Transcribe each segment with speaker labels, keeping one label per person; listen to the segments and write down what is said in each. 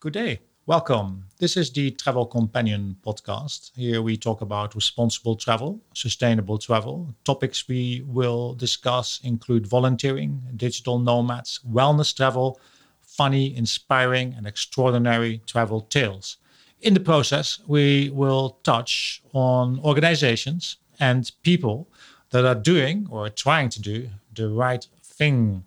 Speaker 1: Good day. Welcome. This is the Travel Companion podcast. Here we talk about responsible travel, sustainable travel. Topics we will discuss include volunteering, digital nomads, wellness travel, funny, inspiring, and extraordinary travel tales. In the process, we will touch on organizations and people that are doing or are trying to do the right thing.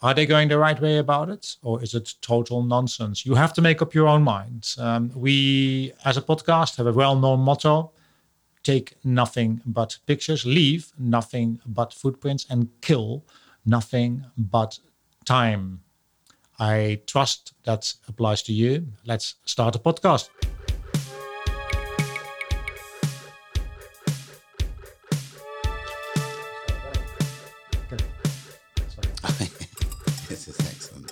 Speaker 1: Are they going the right way about it, or is it total nonsense? You have to make up your own mind. Um, we, as a podcast, have a well known motto take nothing but pictures, leave nothing but footprints, and kill nothing but time. I trust that applies to you. Let's start a podcast.
Speaker 2: this is excellent.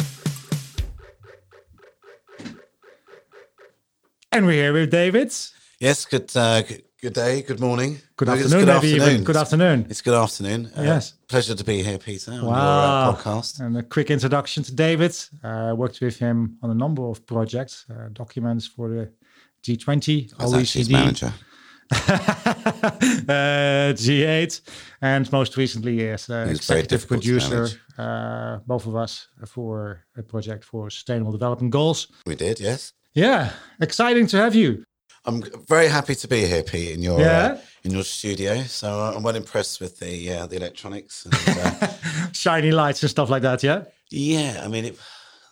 Speaker 1: And we're here with David.
Speaker 2: Yes, good, uh, good, good day, good morning.
Speaker 1: Good
Speaker 2: No, it's
Speaker 1: afternoon, maybe even. Good
Speaker 2: It's-
Speaker 1: afternoon.
Speaker 2: It's good afternoon. Uh,
Speaker 1: Yes.
Speaker 2: Pleasure to be here, Peter, on
Speaker 1: Wow.
Speaker 2: your uh, podcast.
Speaker 1: And a quick introduction to David. Uh, I worked with him on a number of projects, uh, documents for the G20,
Speaker 2: I was actually his
Speaker 1: OECD,
Speaker 2: manager.
Speaker 1: uh, G8, and most recently as uh,
Speaker 2: It's very
Speaker 1: executive
Speaker 2: difficult to
Speaker 1: producer, uh, both of us, for a project for Sustainable Development Goals.
Speaker 2: We did, yes.
Speaker 1: Yeah, exciting to have you.
Speaker 2: I'm very happy to be here, Pete, in your
Speaker 1: Yeah.
Speaker 2: uh, in your studio. So uh, I'm well impressed with the uh, the electronics. And, uh,
Speaker 1: Shiny lights and stuff like that, yeah?
Speaker 2: yeah, I mean, it,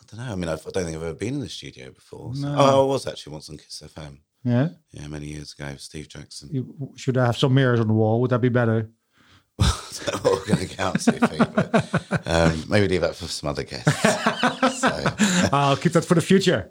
Speaker 2: I don't know. I mean, I've, I don't think I've ever been in the studio before. So. Oh, I was actually once on Kiss FM.
Speaker 1: Yeah.
Speaker 2: Yeah, many years ago, with Steve Jackson.
Speaker 1: You should I have some mirrors on the wall? Would that be better?
Speaker 2: That's what we're going to count to, Pete, but um, maybe leave that for some other guests. so
Speaker 1: I'll keep that for the future.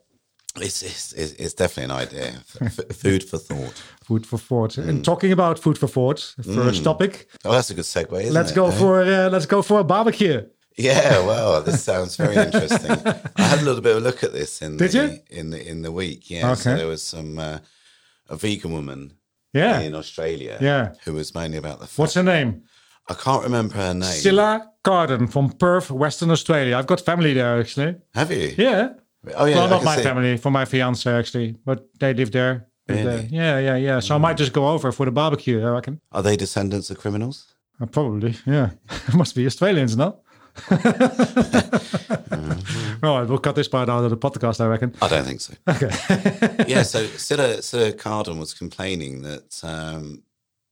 Speaker 2: it's, it's, it's it's definitely an idea. F- f- food for thought.
Speaker 1: Food for thought.
Speaker 2: Hmm.
Speaker 1: And talking about food for thought, first topic.
Speaker 2: Oh, that's a good segue. Isn't
Speaker 1: Let's
Speaker 2: it,
Speaker 1: go
Speaker 2: eh?
Speaker 1: for uh, let's go for a barbecue.
Speaker 2: Yeah, well, this sounds very interesting. I had a little bit of a look at this in
Speaker 1: Did
Speaker 2: the
Speaker 1: you?
Speaker 2: in the in the week. Yeah, so
Speaker 1: Okay.
Speaker 2: there was some uh, a vegan woman
Speaker 1: Yeah.
Speaker 2: in Australia.
Speaker 1: Yeah.
Speaker 2: who was mainly about the. Fact.
Speaker 1: What's her name?
Speaker 2: I can't remember her name.
Speaker 1: Silla Carden from Perth, Western Australia. I've got family there actually.
Speaker 2: Have you?
Speaker 1: Yeah.
Speaker 2: Oh yeah.
Speaker 1: well, not
Speaker 2: I can
Speaker 1: my
Speaker 2: see.
Speaker 1: family, for my fiance actually, but they live there. But, uh,
Speaker 2: Really?
Speaker 1: yeah, yeah, yeah. So I might just go over for the barbecue. I reckon.
Speaker 2: Are they descendants of criminals?
Speaker 1: Uh, probably. Yeah. Must be Australians, no?
Speaker 2: Mm-hmm.
Speaker 1: All right, we'll cut this part out of the podcast. I reckon.
Speaker 2: I don't think so. Okay. yeah, so Silla, Silla Cardon was complaining that, um,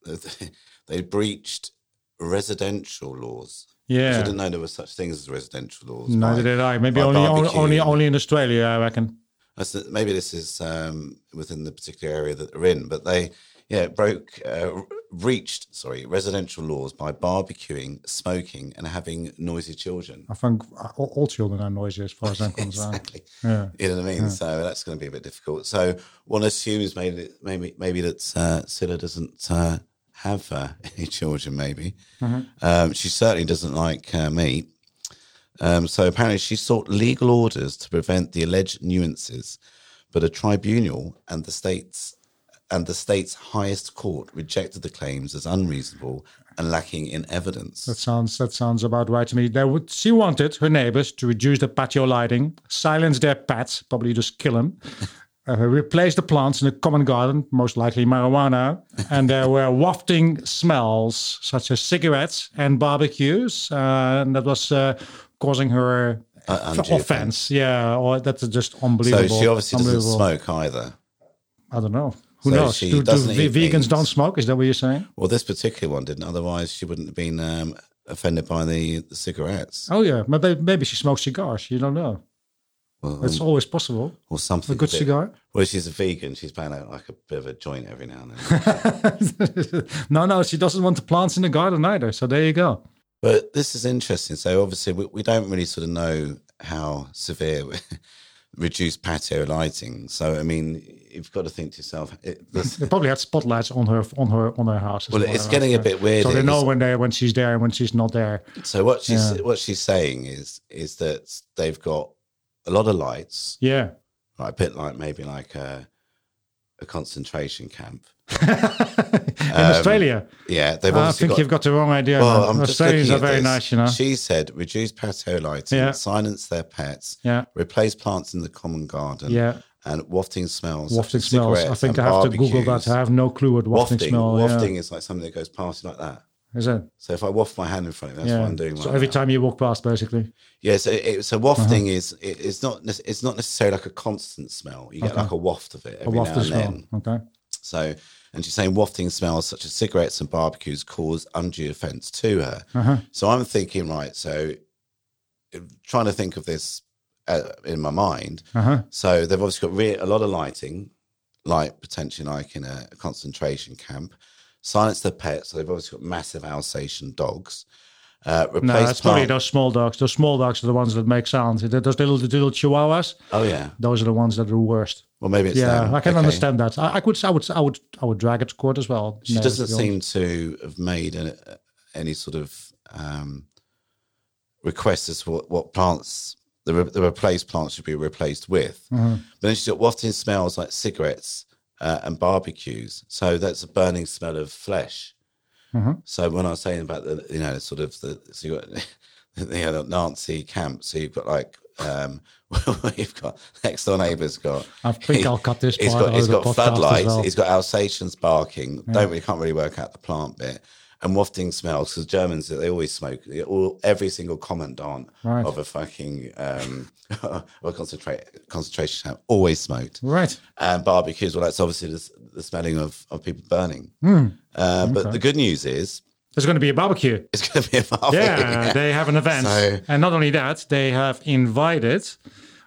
Speaker 2: that they breached residential laws.
Speaker 1: Yeah.
Speaker 2: Which I didn't know there were such things as residential laws.
Speaker 1: Neither
Speaker 2: Why?
Speaker 1: did I. Maybe
Speaker 2: by
Speaker 1: only, only
Speaker 2: barbecue.
Speaker 1: only only in Australia, I reckon.
Speaker 2: I said, maybe this is um, within the particular area that they're in, but they yeah broke uh, r- breached sorry residential laws by barbecuing, smoking, and having noisy children.
Speaker 1: I think uh, all, all children are noisy as far as I'm concerned.
Speaker 2: Exactly.
Speaker 1: Yeah.
Speaker 2: You know what I mean? So that's going to be a bit difficult. So one assumes maybe that- maybe maybe that uh, Silla doesn't uh, have uh, any children. Maybe
Speaker 1: Mm-hmm.
Speaker 2: um, she certainly doesn't like uh, meat. Um, so apparently, she sought legal orders to prevent the alleged nuances, but a tribunal and the states and the state's highest court rejected the claims as unreasonable and lacking in evidence.
Speaker 1: That sounds that sounds about right to me. They would, she wanted her neighbors to reduce the patio lighting, silence their pets, probably just kill them, uh, replace the plants in the common garden, most likely marijuana, and there were wafting smells such as cigarettes and barbecues, uh, and that was uh, causing her
Speaker 2: Uh,
Speaker 1: offense.
Speaker 2: undue
Speaker 1: Yeah, or that's just
Speaker 2: so
Speaker 1: unbelievable.
Speaker 2: she obviously doesn't
Speaker 1: Unbelievable.
Speaker 2: smoke either.
Speaker 1: I don't know. Who
Speaker 2: So
Speaker 1: knows?
Speaker 2: she
Speaker 1: Do, do
Speaker 2: doesn't
Speaker 1: ve-
Speaker 2: eat
Speaker 1: vegans
Speaker 2: things.
Speaker 1: don't smoke? Is that what you're saying?
Speaker 2: Well, this particular one didn't. Otherwise, she wouldn't have been um, offended by the, the cigarettes
Speaker 1: Oh yeah, maybe maybe she smokes cigars. You don't know.
Speaker 2: Well,
Speaker 1: It's always possible. Oh,
Speaker 2: or
Speaker 1: A
Speaker 2: something.
Speaker 1: good
Speaker 2: bit-
Speaker 1: cigar.
Speaker 2: Well, she's a vegan. She's playing out like a bit of a joint every now and then.
Speaker 1: no, no, she doesn't want the plants in the garden either. So there you go.
Speaker 2: but this is interesting. So obviously, we, we don't really sort of know how severe reduced patio lighting. So I mean, you've got to think to yourself. It, this,
Speaker 1: They probably had spotlights on her on her on her house. as
Speaker 2: well, it's
Speaker 1: I
Speaker 2: getting a
Speaker 1: reckon.
Speaker 2: bit weird.
Speaker 1: So they
Speaker 2: here.
Speaker 1: know when they when she's there and when she's not there.
Speaker 2: So what she's
Speaker 1: Yeah.
Speaker 2: what she's saying is is that they've got a lot of lights,
Speaker 1: Yeah.
Speaker 2: right? A bit like maybe like a a concentration camp.
Speaker 1: in Australia.
Speaker 2: Yeah, Um, they've
Speaker 1: Ah, I
Speaker 2: obviously
Speaker 1: think
Speaker 2: got.
Speaker 1: you've got the wrong idea.
Speaker 2: well,
Speaker 1: man.
Speaker 2: I'm just
Speaker 1: Australians
Speaker 2: looking
Speaker 1: are
Speaker 2: at
Speaker 1: very
Speaker 2: this.
Speaker 1: nice, you know.
Speaker 2: She said reduce patio lighting,
Speaker 1: Yeah.
Speaker 2: silence their pets,
Speaker 1: Yeah.
Speaker 2: replace plants in the common garden,
Speaker 1: Yeah.
Speaker 2: and wafting smells.
Speaker 1: Wafting smells. I
Speaker 2: cigarettes
Speaker 1: think I
Speaker 2: and
Speaker 1: have to Google
Speaker 2: barbecues.
Speaker 1: that. I have no clue what wafting,
Speaker 2: Wafting,
Speaker 1: smell yeah.
Speaker 2: wafting is like something that goes past like that.
Speaker 1: is. It?
Speaker 2: So if I waft my hand in front of me, that's
Speaker 1: yeah.
Speaker 2: what I'm doing.
Speaker 1: so
Speaker 2: right
Speaker 1: every
Speaker 2: now.
Speaker 1: time Uh-huh. you walk past, basically.
Speaker 2: Yeah, so, it, so wafting is it, it's not nec- it's not necessarily like a constant smell. You get
Speaker 1: Okay.
Speaker 2: like a waft of it
Speaker 1: A
Speaker 2: every now
Speaker 1: wafting
Speaker 2: and
Speaker 1: smell.
Speaker 2: then.
Speaker 1: Okay.
Speaker 2: So, and she's saying wafting smells such as cigarettes and barbecues cause undue offence to her.
Speaker 1: Uh-huh.
Speaker 2: So I'm thinking, right? So, uh, trying to think of this uh, in my mind.
Speaker 1: Uh-huh.
Speaker 2: So they've obviously got re- a lot of lighting, like potentially like in a concentration camp. Silence the pets. So they've obviously got massive Alsatian dogs. Uh, replace
Speaker 1: No, it's probably
Speaker 2: plant-
Speaker 1: those small dogs. Those small dogs are the ones that make sounds. Those little, little chihuahuas,
Speaker 2: Oh yeah.
Speaker 1: those are the ones that are the worst.
Speaker 2: Well, maybe it's
Speaker 1: yeah,
Speaker 2: them.
Speaker 1: I can
Speaker 2: Okay.
Speaker 1: understand that. I, I could, I would, I would, I would drag it to court as well.
Speaker 2: She
Speaker 1: No, to
Speaker 2: doesn't
Speaker 1: be honest.
Speaker 2: seem to have made a, any sort of um, request as to what, what plants the, re- the replaced plants should be replaced with.
Speaker 1: Mm-hmm.
Speaker 2: But then she's got wafting smells like cigarettes uh, and barbecues. So that's a burning smell of flesh.
Speaker 1: Mhm.
Speaker 2: So when I was saying about the, you know, sort of the, so you got, you know, the Nazi camp. So you've got like, um, you've got next door neighbour's got
Speaker 1: I think I'll cut this
Speaker 2: He's
Speaker 1: part
Speaker 2: got,
Speaker 1: out
Speaker 2: he's
Speaker 1: of the
Speaker 2: got
Speaker 1: podcast
Speaker 2: floodlights.
Speaker 1: as well.
Speaker 2: He's got Alsatians barking. Don't really, can't really work out the plant bit. And wafting smells because Germans they always smoke. They All every single commandant
Speaker 1: Right.
Speaker 2: of a fucking um, of a concentrate concentration camp always smoked.
Speaker 1: Right.
Speaker 2: And barbecues. Well, that's obviously the, s- the smelling of of people burning.
Speaker 1: Hmm.
Speaker 2: Uh, But the good news is
Speaker 1: There's going to be a barbecue.
Speaker 2: it's going to be a barbecue.
Speaker 1: Yeah, they have an event.
Speaker 2: So-
Speaker 1: and not only that, they have invited,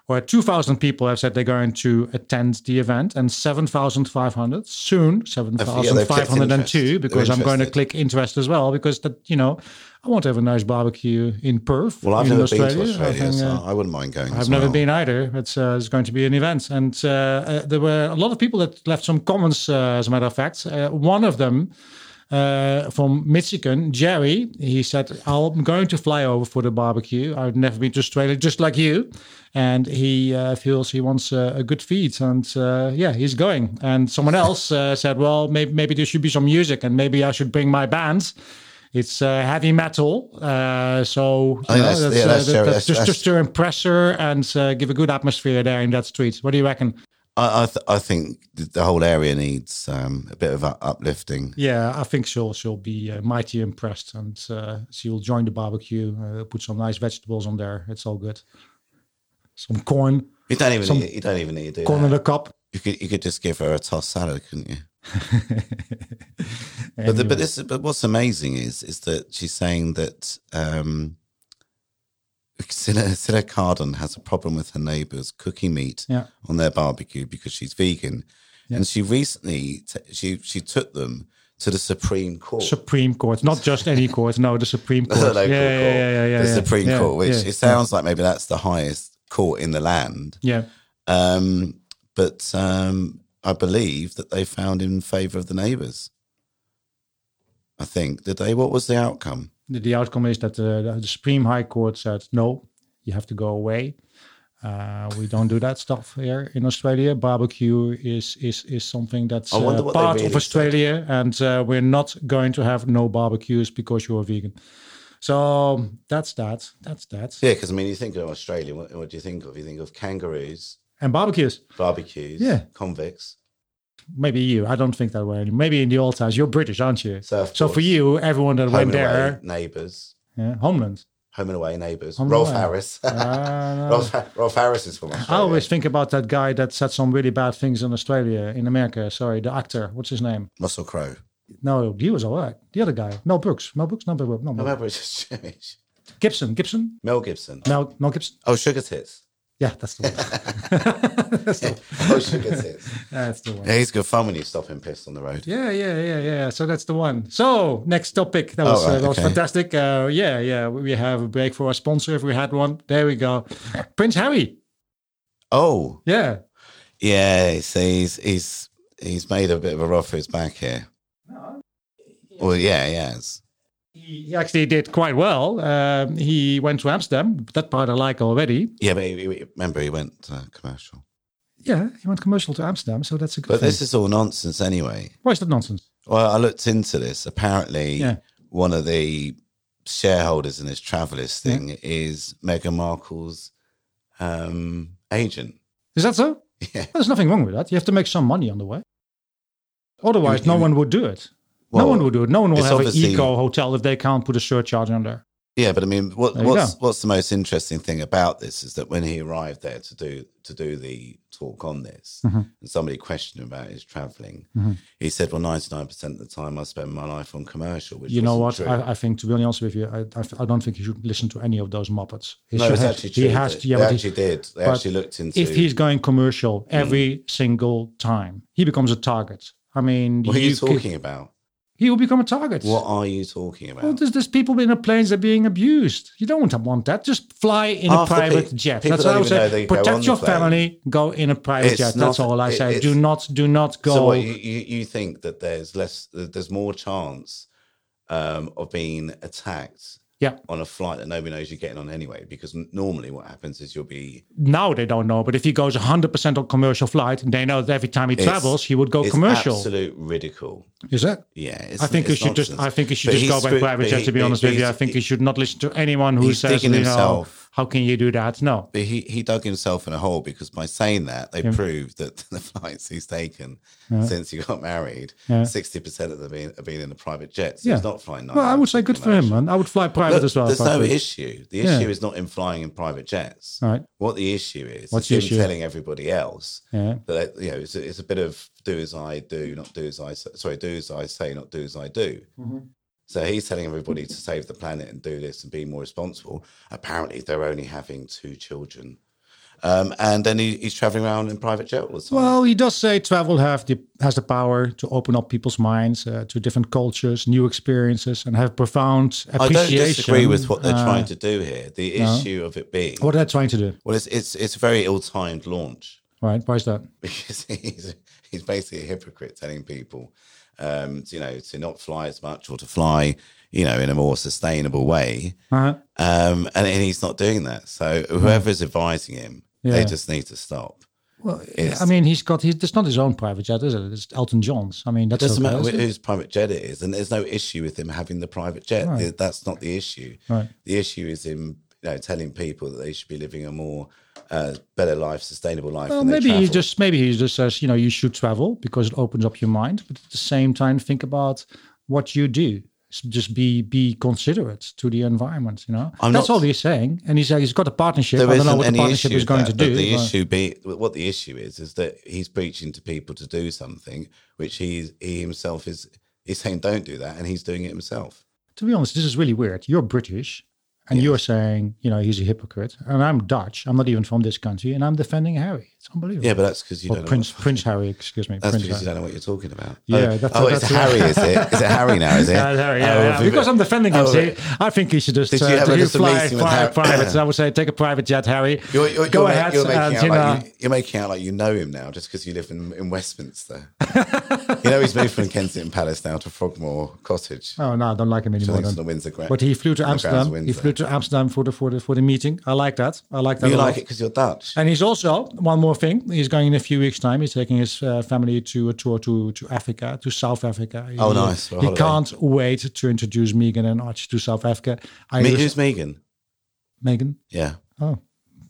Speaker 1: or 2,000 people have said they're going to attend the event, and 7,500 soon,
Speaker 2: they've clicked
Speaker 1: 7,502,
Speaker 2: interest.
Speaker 1: because
Speaker 2: They're
Speaker 1: I'm going to
Speaker 2: interested.
Speaker 1: click interest as well, because that, you know, I want to have a nice barbecue in Perth.
Speaker 2: Well, I've
Speaker 1: in
Speaker 2: never
Speaker 1: Australia.
Speaker 2: been to
Speaker 1: I
Speaker 2: Australia,
Speaker 1: think,
Speaker 2: so
Speaker 1: uh,
Speaker 2: I wouldn't mind going.
Speaker 1: I've never been either. It's, uh, it's going to be an event. And uh, uh, there were a lot of people that left some comments, uh, as a matter of fact. Uh, one of them uh, from Michigan, Jerry, he said, I'm going to fly over for the barbecue. I've never been to Australia, just like you. And he uh, feels he wants uh, a good feed. And uh, yeah, he's going. And someone else uh, said, Well, maybe, maybe there should be some music and maybe I should bring my band. It's uh, heavy metal, uh, so you
Speaker 2: Oh, yeah,
Speaker 1: know,
Speaker 2: that's- yeah, that's Jerry, that's-
Speaker 1: just,
Speaker 2: that's-
Speaker 1: just to impress her and uh, give a good atmosphere there in that street. What do you reckon?
Speaker 2: I I, th- I think th- the whole area needs um, a bit of u- uplifting.
Speaker 1: Yeah, I think she'll she'll be uh, mighty impressed, and uh, she'll join the barbecue. Uh, put some nice vegetables on there. It's all good. Some corn,
Speaker 2: You don't even
Speaker 1: Some-
Speaker 2: need, you don't even need to do
Speaker 1: corn
Speaker 2: that.
Speaker 1: in a cup.
Speaker 2: You could you could just give her a tossed salad, couldn't you? But the, but this but what's amazing is is that she's saying that um, Silla Silla Carden has a problem with her neighbours cooking meat
Speaker 1: Yeah.
Speaker 2: on their barbecue because she's vegan, and she recently t- she she took them to the Supreme Court.
Speaker 1: Supreme Court, not just any court. No, the Supreme
Speaker 2: the
Speaker 1: Court.
Speaker 2: local
Speaker 1: yeah,
Speaker 2: court,
Speaker 1: yeah, yeah, yeah, yeah,
Speaker 2: the
Speaker 1: yeah.
Speaker 2: Supreme
Speaker 1: Yeah,
Speaker 2: Court, which
Speaker 1: yeah,
Speaker 2: it sounds like maybe that's the highest court in the land.
Speaker 1: yeah.
Speaker 2: Um, but um, I believe that they found in favour of the neighbours. I think did they? What was the outcome?
Speaker 1: the, the outcome is that uh, the, the Supreme High Court said no, you have to go away. Uh, we don't do that stuff here in Australia. Barbecue is is is something that's
Speaker 2: I wonder
Speaker 1: uh,
Speaker 2: what they
Speaker 1: part
Speaker 2: really
Speaker 1: of
Speaker 2: said.
Speaker 1: Australia, and uh, we're not going to have no barbecues because you're vegan. So um, that's that. That's that.
Speaker 2: Yeah, because I mean, you think of Australia. What, what do you think of? You think of kangaroos,
Speaker 1: And barbecues,
Speaker 2: barbecues,
Speaker 1: Yeah.
Speaker 2: convicts.
Speaker 1: maybe you. I don't think that way. anymore. Maybe in the old times, you're British, aren't you?
Speaker 2: So, of
Speaker 1: So for
Speaker 2: course,
Speaker 1: you, everyone that
Speaker 2: home
Speaker 1: went
Speaker 2: and away
Speaker 1: there,
Speaker 2: neighbours,
Speaker 1: yeah, homeland.
Speaker 2: home and away neighbours.
Speaker 1: Home and
Speaker 2: Rolf
Speaker 1: away.
Speaker 2: Harris.
Speaker 1: Ah,
Speaker 2: Rolf, Ha- Rolf Harris is from
Speaker 1: I
Speaker 2: Australia.
Speaker 1: always think about that guy that said some really bad things in Australia, in America. Sorry, the actor. What's his name?
Speaker 2: Russell Crowe.
Speaker 1: No, he was all right. The other guy, Mel Brooks. Mel Brooks, no, Mel Brooks, no,
Speaker 2: I
Speaker 1: Mel
Speaker 2: remember it's just Jewish.
Speaker 1: Gibson, Gibson,
Speaker 2: Mel Gibson.
Speaker 1: Mel, Mel Gibson.
Speaker 2: Oh, Sugar Tits.
Speaker 1: Yeah, that's the one. that's, the,
Speaker 2: Oh, Sugar Tits.
Speaker 1: that's the one.
Speaker 2: yeah, he's good fun when you stop him pissed on the road.
Speaker 1: Yeah, yeah, yeah, yeah. So that's the one. So next topic. That
Speaker 2: Oh,
Speaker 1: was uh,
Speaker 2: right,
Speaker 1: that was
Speaker 2: okay.
Speaker 1: fantastic. Uh, yeah, yeah. We have a break for our sponsor if we had one. There we go. Prince Harry.
Speaker 2: Oh,
Speaker 1: Yeah.
Speaker 2: yeah. So he's he's he's made a bit of a rough for his back here. Well, yeah, he has.
Speaker 1: He he actually did quite well. Um, he went to Amsterdam. That part I like already.
Speaker 2: Yeah, but he, he- remember he went uh, commercial.
Speaker 1: Yeah, he went commercial to Amsterdam, so that's a good
Speaker 2: But
Speaker 1: thing.
Speaker 2: this is all nonsense anyway.
Speaker 1: Why is that nonsense?
Speaker 2: Well, I looked into this. Apparently,
Speaker 1: Yeah.
Speaker 2: one of the shareholders in this travelers thing is Meghan Markle's um, agent.
Speaker 1: Is that so?
Speaker 2: Yeah.
Speaker 1: There's nothing wrong with that. You have to make some money on the way. Otherwise, no
Speaker 2: you-
Speaker 1: one would do it. no
Speaker 2: Well,
Speaker 1: one will do it. No one will
Speaker 2: it's
Speaker 1: have an
Speaker 2: obviously-
Speaker 1: eco hotel if they can't put a surcharge on there.
Speaker 2: Yeah, but I mean, what,
Speaker 1: There you
Speaker 2: what's what's the most interesting thing about this is that when he arrived there to do to do the talk on this,
Speaker 1: Mhm.
Speaker 2: and somebody questioned him about his traveling,
Speaker 1: Mhm.
Speaker 2: he said, "Well, ninety nine percent of the time I spend my life on commercial." Which
Speaker 1: you know what?
Speaker 2: wasn't true.
Speaker 1: I, I think, to be honest with you, I, I, I don't think you should listen to any of those muppets. He
Speaker 2: no,
Speaker 1: should
Speaker 2: it's
Speaker 1: have-
Speaker 2: actually true.
Speaker 1: He has to, yeah,
Speaker 2: they
Speaker 1: but he-
Speaker 2: actually did. They
Speaker 1: but
Speaker 2: actually Hmm. looked into.
Speaker 1: if he's going commercial every single time, he becomes a target. I mean,
Speaker 2: what are you,
Speaker 1: could-
Speaker 2: talking about?
Speaker 1: he will become a target.
Speaker 2: What are you talking about?
Speaker 1: Well, there's, there's people in the planes that are being abused. You don't want that. Just fly in
Speaker 2: Half
Speaker 1: a
Speaker 2: the pe-
Speaker 1: private jet.
Speaker 2: people
Speaker 1: That's what
Speaker 2: don't
Speaker 1: I would
Speaker 2: even know
Speaker 1: say.
Speaker 2: they go on
Speaker 1: Protect
Speaker 2: the
Speaker 1: your
Speaker 2: plane.
Speaker 1: family. Go in a private
Speaker 2: It's
Speaker 1: jet. That's
Speaker 2: not-
Speaker 1: all I
Speaker 2: it-
Speaker 1: say.
Speaker 2: it's-
Speaker 1: do not, do not go.
Speaker 2: So what, you, you you think that there's less, that there's more chance um, of being attacked
Speaker 1: Yeah.
Speaker 2: on a flight that nobody knows you're getting on anyway? Because n- normally what happens is you'll be
Speaker 1: now they don't know, but if he goes 100% on commercial flight, they know that every time he
Speaker 2: It's-
Speaker 1: travels, he would go
Speaker 2: it's
Speaker 1: commercial.
Speaker 2: absolute ridicule.
Speaker 1: Is it?
Speaker 2: Yeah, it's,
Speaker 1: I think you
Speaker 2: it's
Speaker 1: should just. I
Speaker 2: nonsense.
Speaker 1: think you should
Speaker 2: But
Speaker 1: just
Speaker 2: he's
Speaker 1: go by
Speaker 2: screw-
Speaker 1: private
Speaker 2: but
Speaker 1: jet.
Speaker 2: he-
Speaker 1: To be
Speaker 2: but
Speaker 1: honest with you, I
Speaker 2: he's-
Speaker 1: think you should not listen to anyone who
Speaker 2: he's
Speaker 1: says, you
Speaker 2: digging
Speaker 1: know,
Speaker 2: himself.
Speaker 1: how can you do that? No.
Speaker 2: But he, he dug himself in a hole because by saying that, they proved that the flights he's taken since he got married,
Speaker 1: Yeah.
Speaker 2: 60% of them have been, have been in a private jet. So
Speaker 1: Yeah.
Speaker 2: he's not flying.
Speaker 1: Well, I would say good for him, man. I would fly private
Speaker 2: Look,
Speaker 1: as well.
Speaker 2: There's
Speaker 1: if I
Speaker 2: no
Speaker 1: could.
Speaker 2: issue. The
Speaker 1: Yeah.
Speaker 2: issue is not in flying in private jets.
Speaker 1: All right.
Speaker 2: What the issue is,
Speaker 1: What's
Speaker 2: is
Speaker 1: the
Speaker 2: him
Speaker 1: issue?
Speaker 2: telling everybody else
Speaker 1: Yeah.
Speaker 2: that you know it's a, it's a bit of do as I do, not do as I s- sorry, do as I say, not do as I do.
Speaker 1: Mm-hmm.
Speaker 2: So he's telling everybody to save the planet and do this and be more responsible. Apparently, they're only having two children, um, and then he, he's traveling around in private jet all the time.
Speaker 1: Well, he does say travel have the, has the power to open up people's minds uh, to different cultures, new experiences, and have profound
Speaker 2: I
Speaker 1: appreciation.
Speaker 2: don't disagree with what they're
Speaker 1: uh,
Speaker 2: trying to do here. The issue of it being
Speaker 1: What are they trying to do?
Speaker 2: well, it's it's it's a very ill-timed launch.
Speaker 1: Right? Why is that?
Speaker 2: because he's he's basically a hypocrite telling people, um, you know, to not fly as much or to fly, you know, in a more sustainable way.
Speaker 1: Uh,
Speaker 2: Um, and, and he's not doing that. So whoever's advising him,
Speaker 1: Hmm. Yeah.
Speaker 2: they just need to stop.
Speaker 1: well,
Speaker 2: It's-
Speaker 1: I mean, he's got. He's, it's not his own private jet, is it? It's Elton John's. I mean, that's
Speaker 2: Doesn't
Speaker 1: okay,
Speaker 2: matter
Speaker 1: is it?
Speaker 2: wh- whose private jet it is, and there's no issue with him having the private jet.
Speaker 1: Right.
Speaker 2: Th- That's not the issue.
Speaker 1: Right.
Speaker 2: The issue is him, you know, telling people that they should be living a more uh, better life, sustainable life.
Speaker 1: Well,
Speaker 2: when they
Speaker 1: maybe he
Speaker 2: travel.
Speaker 1: just maybe he just says you know you should travel because it opens up your mind, but at the same time think about what you do. So just be be considerate to the environment. You know
Speaker 2: I'm
Speaker 1: that's
Speaker 2: not-
Speaker 1: all he's saying, and he's he's got a partnership.
Speaker 2: There
Speaker 1: I don't know
Speaker 2: isn't
Speaker 1: what the
Speaker 2: any
Speaker 1: partnership
Speaker 2: issue
Speaker 1: is going to
Speaker 2: with that,
Speaker 1: do.
Speaker 2: but The
Speaker 1: but-
Speaker 2: issue be what the issue is is that he's preaching to people to do something which he he himself is he's saying don't do that, and he's doing it himself.
Speaker 1: to be honest, this is really weird. You're British, and you're saying you know he's a hypocrite, and I'm Dutch. I'm not even from this country, and I'm defending Harry. It's unbelievable.
Speaker 2: Yeah, but that's because you
Speaker 1: Or
Speaker 2: don't.
Speaker 1: Prince
Speaker 2: know what,
Speaker 1: Prince Harry, excuse me.
Speaker 2: that's
Speaker 1: Prince
Speaker 2: because
Speaker 1: Harry.
Speaker 2: you don't know what you're talking about.
Speaker 1: Yeah,
Speaker 2: oh,
Speaker 1: that's-
Speaker 2: oh,
Speaker 1: that's-
Speaker 2: it's Harry, is it? Is it Harry now? Is it?
Speaker 1: Yeah, there, Uh, yeah,
Speaker 2: Oh,
Speaker 1: yeah.
Speaker 2: if we-
Speaker 1: Because I'm defending him.
Speaker 2: Oh,
Speaker 1: see, I think he should just
Speaker 2: Did
Speaker 1: uh,
Speaker 2: you have a
Speaker 1: do
Speaker 2: little
Speaker 1: fly,
Speaker 2: meeting with
Speaker 1: fly
Speaker 2: Harry?
Speaker 1: private. I would say take a private jet, Harry.
Speaker 2: You're, you're,
Speaker 1: Go
Speaker 2: you're,
Speaker 1: ahead uh,
Speaker 2: you're making
Speaker 1: and
Speaker 2: out
Speaker 1: you know,
Speaker 2: like you, you're making out like you know him now just because you live in, in Westminster. you know he's moved from Kensington Palace now to Frogmore Cottage.
Speaker 1: Oh no, I don't like him anymore.
Speaker 2: Next to
Speaker 1: Then.
Speaker 2: the Windsor Gra-
Speaker 1: But he flew to
Speaker 2: on the grounds of
Speaker 1: Amsterdam. He
Speaker 2: Windsor.
Speaker 1: flew to Amsterdam for the for the for the meeting. I like that. I like that.
Speaker 2: You
Speaker 1: a lot.
Speaker 2: like it because you're Dutch.
Speaker 1: And he's also one more thing. He's going in a few weeks' time. He's taking his uh, family to a tour to to Africa, to South Africa. He,
Speaker 2: Oh, nice. For a
Speaker 1: He
Speaker 2: holiday.
Speaker 1: can't wait to introduce Megan and Arch to South Africa. I
Speaker 2: Me-
Speaker 1: was-
Speaker 2: who's Megan?
Speaker 1: Megan.
Speaker 2: Yeah.
Speaker 1: Oh,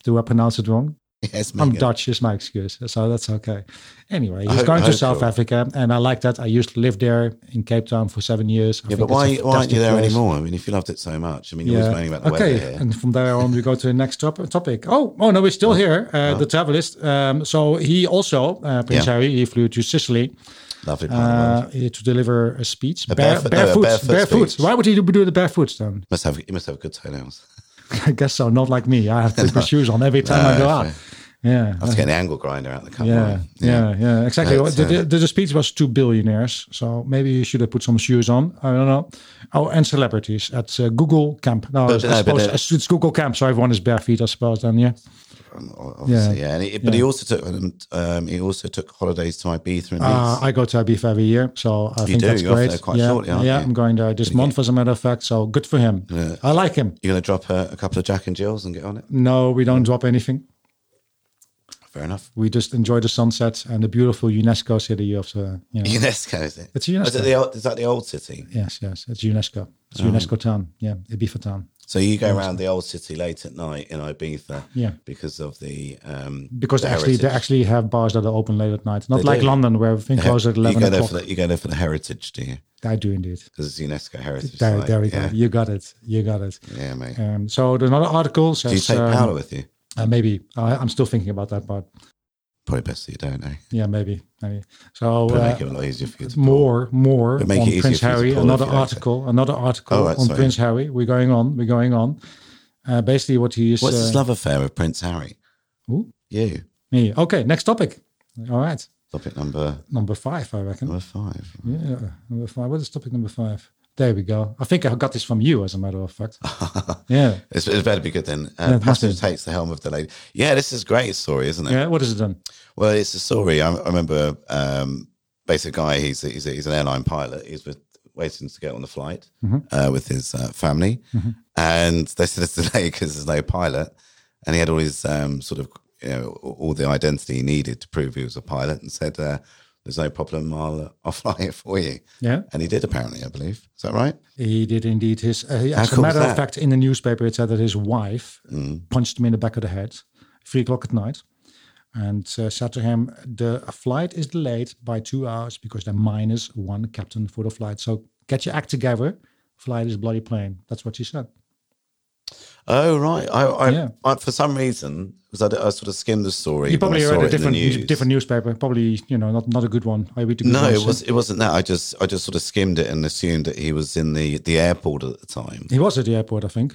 Speaker 1: do I pronounce it wrong?
Speaker 2: Yes,
Speaker 1: I'm
Speaker 2: Megan.
Speaker 1: Dutch is my excuse, so that's okay. Anyway, he's
Speaker 2: hope-
Speaker 1: going to
Speaker 2: I hope
Speaker 1: South
Speaker 2: so.
Speaker 1: Africa, and I like that. I used to live there in Cape Town for seven years. I
Speaker 2: Yeah, but
Speaker 1: think
Speaker 2: why,
Speaker 1: it's a
Speaker 2: why aren't
Speaker 1: fantastic
Speaker 2: you there
Speaker 1: place.
Speaker 2: anymore? I mean, if you loved it so much, I mean, you're always moaning about the weather
Speaker 1: okay.
Speaker 2: here.
Speaker 1: And from there on, we go to the next top- topic. Oh, oh no, we're still here. Uh, The travelist. Um, so he also uh, Prince
Speaker 2: Yeah.
Speaker 1: Harry. He flew to Sicily
Speaker 2: Lovely part of the world.
Speaker 1: uh, to deliver a speech.
Speaker 2: barefoot- no, a barefoot speech.
Speaker 1: Why would he be doing the barefoot then?
Speaker 2: Must have, you must have good toenails.
Speaker 1: I guess so. Not like me. I have to put my shoes on every time I go out. Yeah.
Speaker 2: I have to get an angle grinder out of the car.
Speaker 1: Yeah, yeah, yeah, exactly.
Speaker 2: That's, uh,
Speaker 1: the, the, the speech was two billionaires, so maybe you should have put some shoes on. I don't know. Oh, and celebrities at uh, Google Camp. No,
Speaker 2: But-
Speaker 1: I
Speaker 2: no, but uh,
Speaker 1: suppose
Speaker 2: the-
Speaker 1: it's- it's Google Camp, so everyone is bare feet, I suppose. Then, yeah.
Speaker 2: yeah. Um, yeah. And he, but he also took um, um, he also took holidays to Ibiza and Nice.
Speaker 1: Uh, I go to Ibiza every year, so I think
Speaker 2: do,
Speaker 1: that's
Speaker 2: you're off
Speaker 1: great.
Speaker 2: there quite
Speaker 1: yeah,
Speaker 2: shortly, aren't
Speaker 1: yeah,
Speaker 2: you?
Speaker 1: I'm going there this month, as a matter of fact. So good for him. I like him.
Speaker 2: You're going to drop a, a couple of Jack and Jills and get on it?
Speaker 1: No, we don't drop anything.
Speaker 2: fair enough.
Speaker 1: We just enjoy the sunset and the beautiful UNESCO city of uh, you know.
Speaker 2: UNESCO is it? Oh,
Speaker 1: It's
Speaker 2: Is, it
Speaker 1: UNESCO.
Speaker 2: the, Oh. old- is that the old city?
Speaker 1: Yes, yes, it's UNESCO. It's UNESCO town. Yeah, Ibiza town.
Speaker 2: So you go around the old city late at night in Ibiza,
Speaker 1: Yeah.
Speaker 2: because of the um,
Speaker 1: Because
Speaker 2: the
Speaker 1: they actually they
Speaker 2: heritage.
Speaker 1: actually have bars that are open late at night. Not like
Speaker 2: do.
Speaker 1: London where everything closes at
Speaker 2: you
Speaker 1: eleven
Speaker 2: go there for
Speaker 1: o'clock.
Speaker 2: the, you go there for the heritage, do you?
Speaker 1: I do indeed.
Speaker 2: Because it's UNESCO heritage.
Speaker 1: There,
Speaker 2: site.
Speaker 1: there we go.
Speaker 2: yeah.
Speaker 1: You got it. You got it.
Speaker 2: Yeah, mate.
Speaker 1: Um, so there's another article says
Speaker 2: Do you take
Speaker 1: um,
Speaker 2: Paolo with you?
Speaker 1: uh, maybe I, I'm still thinking about that part.
Speaker 2: Probably best that you don't. Eh?
Speaker 1: Yeah, maybe. maybe. So
Speaker 2: But
Speaker 1: uh,
Speaker 2: make it a lot easier for you. To
Speaker 1: more, more
Speaker 2: But make
Speaker 1: on
Speaker 2: it easier
Speaker 1: Prince
Speaker 2: for you to
Speaker 1: Harry.
Speaker 2: pull if
Speaker 1: Another
Speaker 2: you like
Speaker 1: article, another article
Speaker 2: Oh, right,
Speaker 1: on
Speaker 2: sorry.
Speaker 1: Prince Harry. We're going on. We're going on. Uh, basically, what he is.
Speaker 2: What's
Speaker 1: uh,
Speaker 2: his love affair with Prince Harry?
Speaker 1: Who?
Speaker 2: You.
Speaker 1: me. Okay, next topic. All right,
Speaker 2: Topic number
Speaker 1: number five, I reckon.
Speaker 2: number five.
Speaker 1: Yeah, number five. What is topic number five? There we go. I think I got this from you, as a matter of fact.
Speaker 2: Ah,
Speaker 1: yeah,
Speaker 2: It's, it better be good then.
Speaker 1: Yeah, it
Speaker 2: Uh,
Speaker 1: must
Speaker 2: passenger
Speaker 1: be.
Speaker 2: takes the helm of the lady. Yeah, this is a great story, isn't it?
Speaker 1: yeah. What is it then?
Speaker 2: Well, it's a story. I, I remember um, basic guy. He's a, he's, a, he's an airline pilot. He's with waiting to get on the flight
Speaker 1: Mm-hmm.
Speaker 2: uh, with his uh, family, and they said it's delayed because there's no pilot, and he had all his um, sort of you know all the identity he needed to prove he was a pilot, and said uh, there's no problem. I'll uh, I'll fly it for you,
Speaker 1: Yeah,
Speaker 2: and he did apparently. I believe is that right?
Speaker 1: he did indeed. His uh, he- as a
Speaker 2: cool is
Speaker 1: matter of
Speaker 2: that? Mm.
Speaker 1: fact, in the newspaper, it said that his wife punched him in the back of the head, three o'clock at night, and uh, said to him, "The flight is delayed by two hours because they're minus one captain for the flight. So get your act together, fly this bloody plane." That's what she said.
Speaker 2: Oh right. I, I,
Speaker 1: Yeah.
Speaker 2: I for some reason because I, d- I sort of skimmed the story.
Speaker 1: You
Speaker 2: when I
Speaker 1: probably
Speaker 2: saw
Speaker 1: read
Speaker 2: it
Speaker 1: a
Speaker 2: in the
Speaker 1: different
Speaker 2: news.
Speaker 1: different newspaper. Probably you know not not a good one. I read the good
Speaker 2: No,
Speaker 1: ones.
Speaker 2: it was it wasn't that. I just I just sort of skimmed it and assumed that he was in the the airport at the time.
Speaker 1: He was at the airport, I think.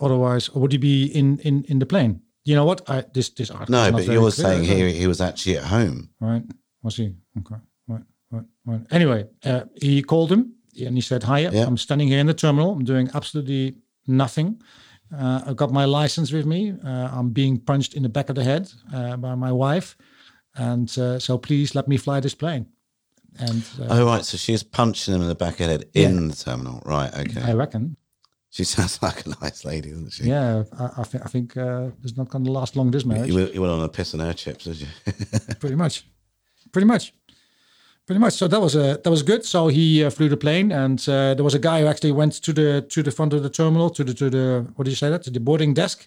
Speaker 1: Otherwise, would he be in in in the plane? You know what? I, this this article.
Speaker 2: No,
Speaker 1: is not
Speaker 2: but
Speaker 1: very
Speaker 2: you're
Speaker 1: clear,
Speaker 2: saying
Speaker 1: is it?
Speaker 2: he he was actually at home.
Speaker 1: Right. Was he? Okay. Right. Right. Right. Anyway, uh, he called him and he said, "Hi,
Speaker 2: Yeah.
Speaker 1: I'm standing here in the terminal. I'm doing absolutely nothing. Uh, I've got my license with me. Uh, I'm being punched in the back of the head uh, by my wife, and uh, so please let me fly this plane." And uh,
Speaker 2: Oh right, so she's punching him in the back of the head in the terminal. Right, okay.
Speaker 1: I reckon,
Speaker 2: She sounds like a nice lady, doesn't she?
Speaker 1: yeah, I, I think I think uh, it's not going to last long. This marriage.
Speaker 2: You, went- you went on a piss on her chips, did you?
Speaker 1: pretty much, pretty much, pretty much. So that was uh, that was good. So he uh, flew the plane, and uh, there was a guy who actually went to the to the front of the terminal to the to the what do you say that to the boarding desk,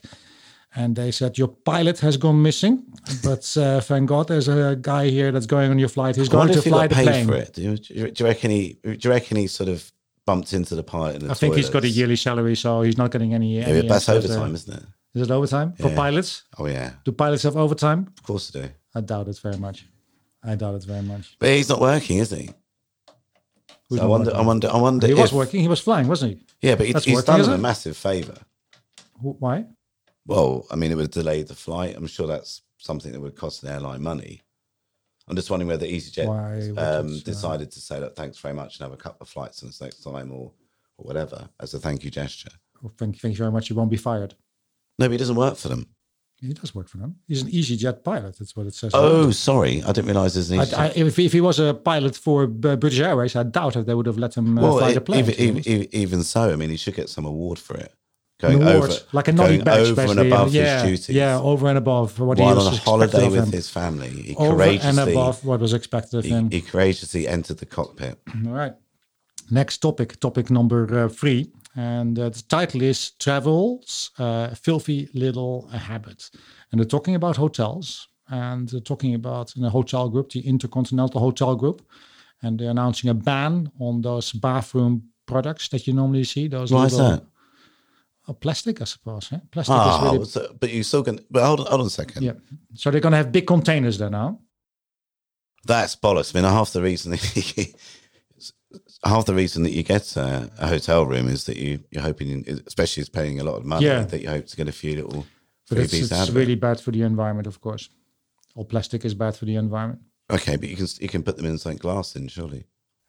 Speaker 1: and they said your pilot has gone missing, but uh, thank God there's a guy here that's going on your flight. He's
Speaker 2: I
Speaker 1: going
Speaker 2: wonder
Speaker 1: to
Speaker 2: if he
Speaker 1: fly
Speaker 2: got
Speaker 1: the
Speaker 2: paid
Speaker 1: plane.
Speaker 2: for it. Do you, do you- do you reckon he? Do you reckon he sort of bumped into the pilot in the
Speaker 1: I think he's got a
Speaker 2: toilets?
Speaker 1: yearly salary, so he's not getting any.
Speaker 2: Yeah,
Speaker 1: any
Speaker 2: but that's
Speaker 1: extras, uh,
Speaker 2: overtime, isn't it?
Speaker 1: Is it overtime for pilots?
Speaker 2: Oh yeah,
Speaker 1: Do pilots have overtime?
Speaker 2: of course they do.
Speaker 1: I doubt it very much. I doubt it very much.
Speaker 2: But he's not working, is he? So I
Speaker 1: not
Speaker 2: wonder. I wonder. I wonder.
Speaker 1: He was
Speaker 2: if-
Speaker 1: working. He was flying, wasn't he?
Speaker 2: Yeah, but he,
Speaker 1: That's
Speaker 2: he's
Speaker 1: working,
Speaker 2: done
Speaker 1: is
Speaker 2: them a
Speaker 1: it?
Speaker 2: massive favour.
Speaker 1: Wh- Why?
Speaker 2: Well, I mean, it would delay the flight. I'm sure that's something that would cost an airline money. I'm just wondering whether
Speaker 1: Why
Speaker 2: EasyJet
Speaker 1: would
Speaker 2: um,
Speaker 1: it, uh,
Speaker 2: decided to say, "Look, thanks very much, and have a couple of flights on us next time," or or whatever as a thank you gesture.
Speaker 1: Well, thank, thank you very much. You won't be fired.
Speaker 2: No, but it doesn't work for them.
Speaker 1: He does work for them. He's an EasyJet pilot. That's what it says.
Speaker 2: Oh, sorry, I didn't realise there's an
Speaker 1: I,
Speaker 2: EasyJet.
Speaker 1: I, if, if he was a pilot for B- British Airways, I doubt if they would have let him uh,
Speaker 2: well,
Speaker 1: fly the
Speaker 2: e-
Speaker 1: plane.
Speaker 2: even,
Speaker 1: to be
Speaker 2: even,
Speaker 1: honest.
Speaker 2: even, even so, I mean, he should get some award for it.
Speaker 1: An
Speaker 2: Going
Speaker 1: award,
Speaker 2: over,
Speaker 1: like a nobby
Speaker 2: going
Speaker 1: badge,
Speaker 2: over and
Speaker 1: basically.
Speaker 2: above
Speaker 1: yeah,
Speaker 2: his duties.
Speaker 1: Yeah, over and above what he
Speaker 2: While
Speaker 1: was
Speaker 2: on a
Speaker 1: expected
Speaker 2: holiday
Speaker 1: of
Speaker 2: with
Speaker 1: him.
Speaker 2: his family, he
Speaker 1: over and
Speaker 2: courageously
Speaker 1: above what was expected of
Speaker 2: he,
Speaker 1: him.
Speaker 2: he courageously entered the cockpit.
Speaker 1: All right. Next topic, topic number uh, three. And uh, the title is Travels, uh, Filthy Little Habit. And they're talking about hotels and they're talking about in a hotel group, the Intercontinental Hotel Group. And they're announcing a ban on those bathroom products that you normally see. Those
Speaker 2: Why is
Speaker 1: little,
Speaker 2: that?
Speaker 1: Uh, plastic, I suppose. eh? Plastic is
Speaker 2: Ah,
Speaker 1: really.
Speaker 2: so- but you still can. But hold on, hold on a second.
Speaker 1: Yeah. So they're going to have big containers there now.
Speaker 2: That's bollocks. I mean, half the reason half the reason that you get a, a hotel room is that you you're hoping, especially it's paying a lot of money,
Speaker 1: Yeah.
Speaker 2: that you hope to get a few little
Speaker 1: But it's,
Speaker 2: freebies out
Speaker 1: it's
Speaker 2: of it.
Speaker 1: really bad for the environment, of course. All plastic is bad for the environment.
Speaker 2: Okay, but you can you can put them in something glass in surely.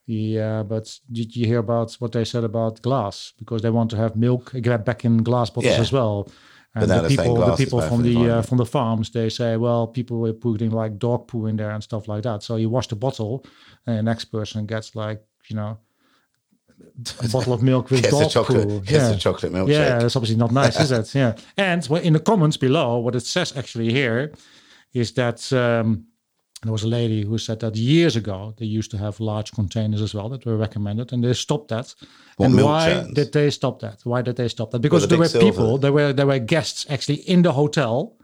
Speaker 1: Yeah, but did you hear about what they said about glass? Because they want to have milk uh, get back in glass bottles
Speaker 2: Yeah.
Speaker 1: as well. And
Speaker 2: now
Speaker 1: the
Speaker 2: they're saying
Speaker 1: people, the
Speaker 2: glass is
Speaker 1: people
Speaker 2: bad
Speaker 1: from
Speaker 2: for the
Speaker 1: the uh,
Speaker 2: environment.
Speaker 1: from the farms, they say, well, people were putting like dog poo in there and stuff like that. So you wash the bottle, and the next person gets like you know a bottle of milk with
Speaker 2: Here's a
Speaker 1: dog
Speaker 2: chocolate.
Speaker 1: poo.
Speaker 2: Here's
Speaker 1: yeah.
Speaker 2: a chocolate milkshake.
Speaker 1: Yeah, that's obviously not nice, is it? Yeah. And well, in the comments below, what it says actually here is that um, there was a lady who said that years ago they used to have large containers as well that were recommended, and they stopped that.
Speaker 2: What,
Speaker 1: and
Speaker 2: milk
Speaker 1: why
Speaker 2: cans?
Speaker 1: did they stop that? Why did they stop that? Because
Speaker 2: the
Speaker 1: there
Speaker 2: big
Speaker 1: were
Speaker 2: silver.
Speaker 1: people, there were there were guests actually in the hotel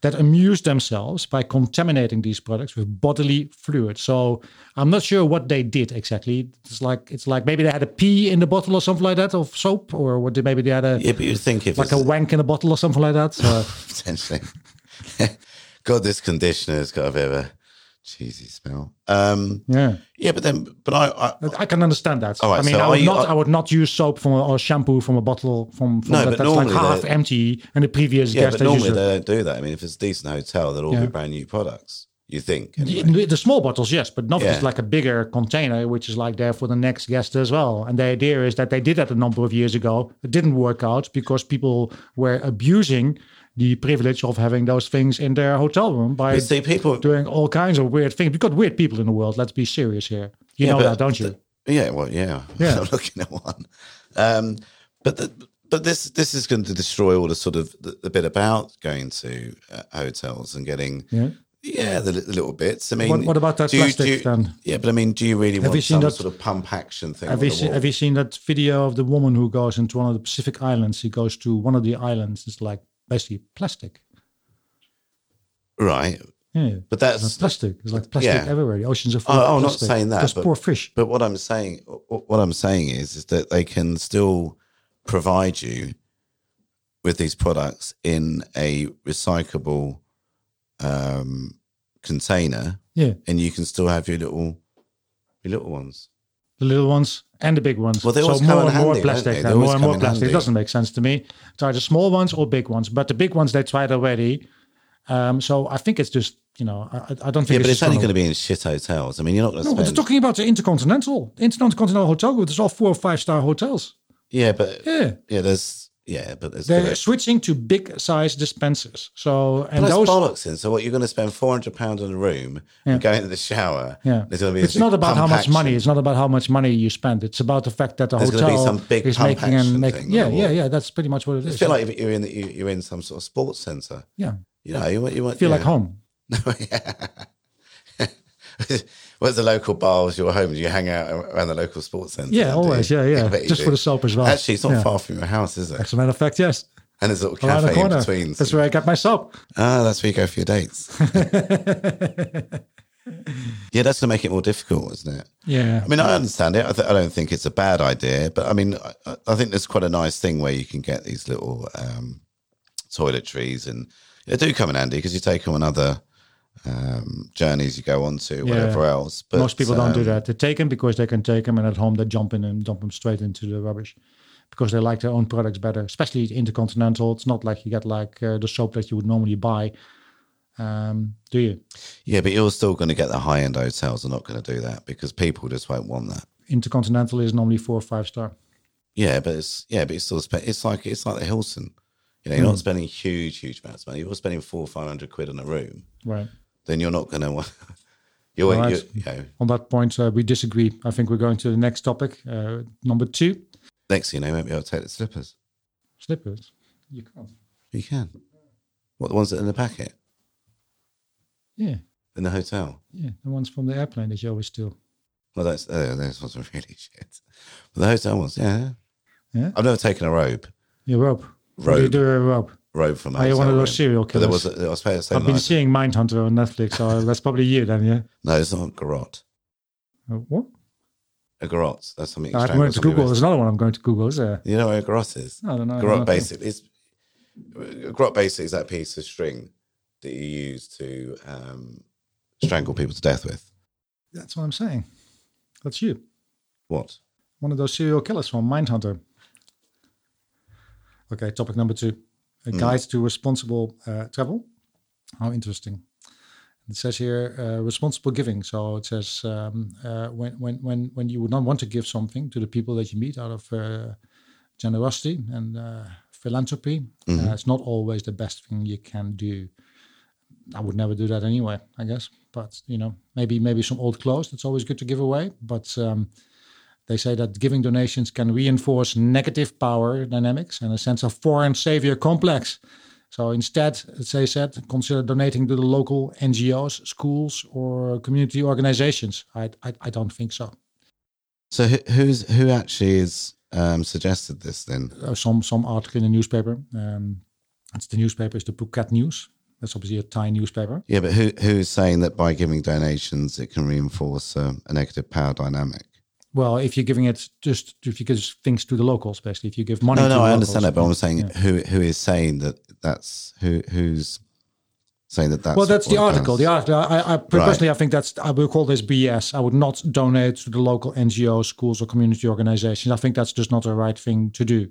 Speaker 1: that amused themselves by contaminating these products with bodily fluid. So I'm not sure what they did exactly. It's like it's like maybe they had a pee in the bottle or something like that of soap, or what? They, maybe they had a
Speaker 2: Yeah, but you'd think if
Speaker 1: like a
Speaker 2: it's
Speaker 1: wank in a bottle or something like that. So,
Speaker 2: potentially. God, this conditioner's got a bit of a cheesy smell. Um,
Speaker 1: yeah.
Speaker 2: yeah, but then, but I, I
Speaker 1: I can understand that.
Speaker 2: All right,
Speaker 1: I mean,
Speaker 2: so
Speaker 1: I
Speaker 2: are
Speaker 1: would
Speaker 2: you-
Speaker 1: not.
Speaker 2: are-
Speaker 1: I would not use soap from a, or shampoo from a bottle from, from
Speaker 2: No,
Speaker 1: that,
Speaker 2: but
Speaker 1: that's like
Speaker 2: normally
Speaker 1: half
Speaker 2: they-
Speaker 1: empty, and the previous
Speaker 2: yeah,
Speaker 1: guest
Speaker 2: but
Speaker 1: they used
Speaker 2: normally
Speaker 1: it.
Speaker 2: they don't do that. I mean, if it's a decent hotel, they'll all
Speaker 1: Yeah.
Speaker 2: be brand new products. You think?
Speaker 1: The-
Speaker 2: Anyway.
Speaker 1: The, the small bottles, yes, but not just
Speaker 2: Yeah.
Speaker 1: like a bigger container, which is like there for the next guest as well. And the idea is that they did that a number of years ago. It didn't work out because people were abusing the privilege of having those things in their hotel room by
Speaker 2: You see, people.
Speaker 1: doing all kinds of weird things. We've got weird people in the world. Let's be serious here. You know
Speaker 2: but
Speaker 1: that, don't you?
Speaker 2: Yeah, well, yeah.
Speaker 1: Yeah.
Speaker 2: I'm looking at one. Um, but the, but this this is going to destroy all the sort of the, the bit about going to uh, hotels and getting
Speaker 1: yeah.
Speaker 2: yeah the, li- the little bits. I mean,
Speaker 1: What, what about that
Speaker 2: do you-
Speaker 1: plastic
Speaker 2: do you-
Speaker 1: then?
Speaker 2: Yeah, but I mean, do you really
Speaker 1: you
Speaker 2: want
Speaker 1: seen
Speaker 2: some
Speaker 1: that-
Speaker 2: sort of pump action thing?
Speaker 1: Have
Speaker 2: on
Speaker 1: you,
Speaker 2: the
Speaker 1: seen,
Speaker 2: wall?
Speaker 1: have you seen that video of the woman who goes into one of the Pacific Islands? She goes to one of the islands. It's like basically plastic.
Speaker 2: Right,
Speaker 1: Yeah, it's
Speaker 2: but that's.
Speaker 1: plastic. It's like plastic
Speaker 2: Yeah.
Speaker 1: everywhere. The oceans are full.
Speaker 2: Oh,
Speaker 1: of
Speaker 2: I'm not
Speaker 1: plastic.
Speaker 2: saying that,
Speaker 1: Just
Speaker 2: but-
Speaker 1: poor fish.
Speaker 2: But what I'm saying, wh- what I'm saying is, is that they can still provide you with these products in a recyclable um, container,
Speaker 1: Yeah,
Speaker 2: and you can still have your little, your little ones.
Speaker 1: the little ones and the big ones.
Speaker 2: Well, they
Speaker 1: so
Speaker 2: always come
Speaker 1: more
Speaker 2: in
Speaker 1: and more
Speaker 2: handy, don't
Speaker 1: plastic.
Speaker 2: they? They
Speaker 1: then,
Speaker 2: always
Speaker 1: more and
Speaker 2: come
Speaker 1: more
Speaker 2: in
Speaker 1: plastic. It
Speaker 2: handy.
Speaker 1: doesn't make sense to me. It's either small ones or big ones. But the big ones they tried already. Um, so I think it's just you know I, I- I don't think
Speaker 2: Yeah,
Speaker 1: it's
Speaker 2: but it's only
Speaker 1: gonna
Speaker 2: going to be in shit hotels. I mean, you're not going to
Speaker 1: No, we're
Speaker 2: spend.
Speaker 1: talking about the Intercontinental. Intercontinental Hotel Group. There's all four or five star hotels.
Speaker 2: yeah, but
Speaker 1: Yeah.
Speaker 2: yeah, there's yeah, but there's.
Speaker 1: They're switching to big size dispensers. So and
Speaker 2: But that's
Speaker 1: those
Speaker 2: bollocks. Then. So what you're going to spend four hundred pounds on a room and go into the shower?
Speaker 1: Yeah.
Speaker 2: there's going to be.
Speaker 1: it's
Speaker 2: this
Speaker 1: not about
Speaker 2: pump
Speaker 1: how much
Speaker 2: action.
Speaker 1: money. It's not about how much money you spend. It's about the fact that the
Speaker 2: There's gonna be
Speaker 1: hotel
Speaker 2: some big
Speaker 1: is
Speaker 2: pump
Speaker 1: making and
Speaker 2: action
Speaker 1: making.
Speaker 2: thing on
Speaker 1: yeah,
Speaker 2: the
Speaker 1: yeah,
Speaker 2: wall.
Speaker 1: yeah. That's pretty much what it
Speaker 2: I
Speaker 1: is.
Speaker 2: feel like you're in you- you're in some sort of sports center.
Speaker 1: yeah,
Speaker 2: You know, you want you want
Speaker 1: feel
Speaker 2: yeah.
Speaker 1: like home.
Speaker 2: Where's the local bars? Your homes? You hang out around the local sports center.
Speaker 1: Yeah, always. Yeah, yeah.
Speaker 2: bet you
Speaker 1: Just
Speaker 2: do.
Speaker 1: for the soap as well.
Speaker 2: Actually, it's not
Speaker 1: Yeah.
Speaker 2: far from your house, is it?
Speaker 1: As a matter of fact, yes.
Speaker 2: And there's a little
Speaker 1: Around the
Speaker 2: cafe in
Speaker 1: corner.
Speaker 2: between.
Speaker 1: That's where I got my soap.
Speaker 2: Ah, that's where you go for your dates. yeah, that's to make it more difficult, isn't it?
Speaker 1: Yeah.
Speaker 2: I mean, I understand it. I, th- I don't think it's a bad idea, but I mean, I- I, I think there's quite a nice thing where you can get these little um, toiletries, and they do come in handy because you take them on other um, journeys you go on to, whatever else. But
Speaker 1: Most people don't do
Speaker 2: um,
Speaker 1: that. They take them because they can take them, and at home they jump in and dump them straight into the rubbish because they like their own products better, especially the Intercontinental. It's not like you get like uh, the soap that you would normally buy. Um, do you?
Speaker 2: Yeah, but you're still going to get the high end hotels. Are not going to do that because people just won't want that.
Speaker 1: Intercontinental is normally four or five star.
Speaker 2: Yeah, but it's yeah, but it's still spe- it's like it's like the Hilton. You know, you're
Speaker 1: Hmm.
Speaker 2: not spending huge, huge amounts of money. You're spending four or five hundred quid on a room.
Speaker 1: Right.
Speaker 2: Then you're not going to. You're,
Speaker 1: All right.
Speaker 2: you're you know,
Speaker 1: On that point, uh, we disagree. I think we're going to the next topic, uh, number two,
Speaker 2: next thing you know, maybe I'll take the slippers.
Speaker 1: slippers. You can't.
Speaker 2: You can. What the ones that are in the packet
Speaker 1: Yeah,
Speaker 2: in the hotel?
Speaker 1: yeah, the ones from the airplane that you always steal.
Speaker 2: Well, that's uh, those ones are really shit. But the hotel ones, yeah.
Speaker 1: Yeah?
Speaker 2: I've never taken a robe.
Speaker 1: Your rope. What do you
Speaker 2: Robe.
Speaker 1: do with a robe?
Speaker 2: Robe from a
Speaker 1: Are you
Speaker 2: hotel
Speaker 1: Oh, one of
Speaker 2: room.
Speaker 1: those serial
Speaker 2: But there was,
Speaker 1: killers?
Speaker 2: a, I was supposed to say
Speaker 1: I've been
Speaker 2: nice-
Speaker 1: seeing Mindhunter on Netflix, so that's probably you then, yeah?
Speaker 2: No, it's not a garrote.
Speaker 1: Uh, what?
Speaker 2: A garrote. That's something. you
Speaker 1: I'm
Speaker 2: strangle
Speaker 1: going to
Speaker 2: somebody
Speaker 1: Google.
Speaker 2: with.
Speaker 1: There's another one I'm going to Google. Is there?
Speaker 2: You know what a garrote is?
Speaker 1: I don't know. I don't know.
Speaker 2: Grot basically is grot basically is that piece of string that you use to um, strangle people to death with.
Speaker 1: That's what I'm saying. That's you.
Speaker 2: What?
Speaker 1: One of those serial killers from Mindhunter. Okay, topic number two. A guide to responsible uh, travel. How interesting. It says here uh, responsible giving. So it says um, uh, when, when, when, when you would not want to give something to the people that you meet out of uh, generosity and uh, philanthropy, uh, it's not always the best thing you can do. I would never do that anyway, I guess. But you know, maybe maybe some old clothes. That's always good to give away. But um, they say that giving donations can reinforce negative power dynamics and a sense of foreign savior complex. So instead, as they said, consider donating to the local NGOs, schools, or community organizations. I, I, I don't think so.
Speaker 2: So who, who's who actually is um, suggested this then?
Speaker 1: Uh, some some article in the newspaper. Um, it's the newspaper is the Phuket News. That's obviously a Thai newspaper.
Speaker 2: Yeah, but who who is saying that by giving donations it can reinforce um, a negative power dynamic?
Speaker 1: Well, if you're giving it just if you give things to the locals, basically, if you give money.
Speaker 2: No,
Speaker 1: to
Speaker 2: no,
Speaker 1: the
Speaker 2: I
Speaker 1: locals,
Speaker 2: understand that, but I'm saying
Speaker 1: Yeah.
Speaker 2: who who is saying that that's who who's saying that that's
Speaker 1: Well, that's the
Speaker 2: what it
Speaker 1: article. The
Speaker 2: does?
Speaker 1: article. I, I personally, I think that's. I will call this BS. I would not donate to the local NGOs, schools, or community organizations. I think that's just not the right thing to do.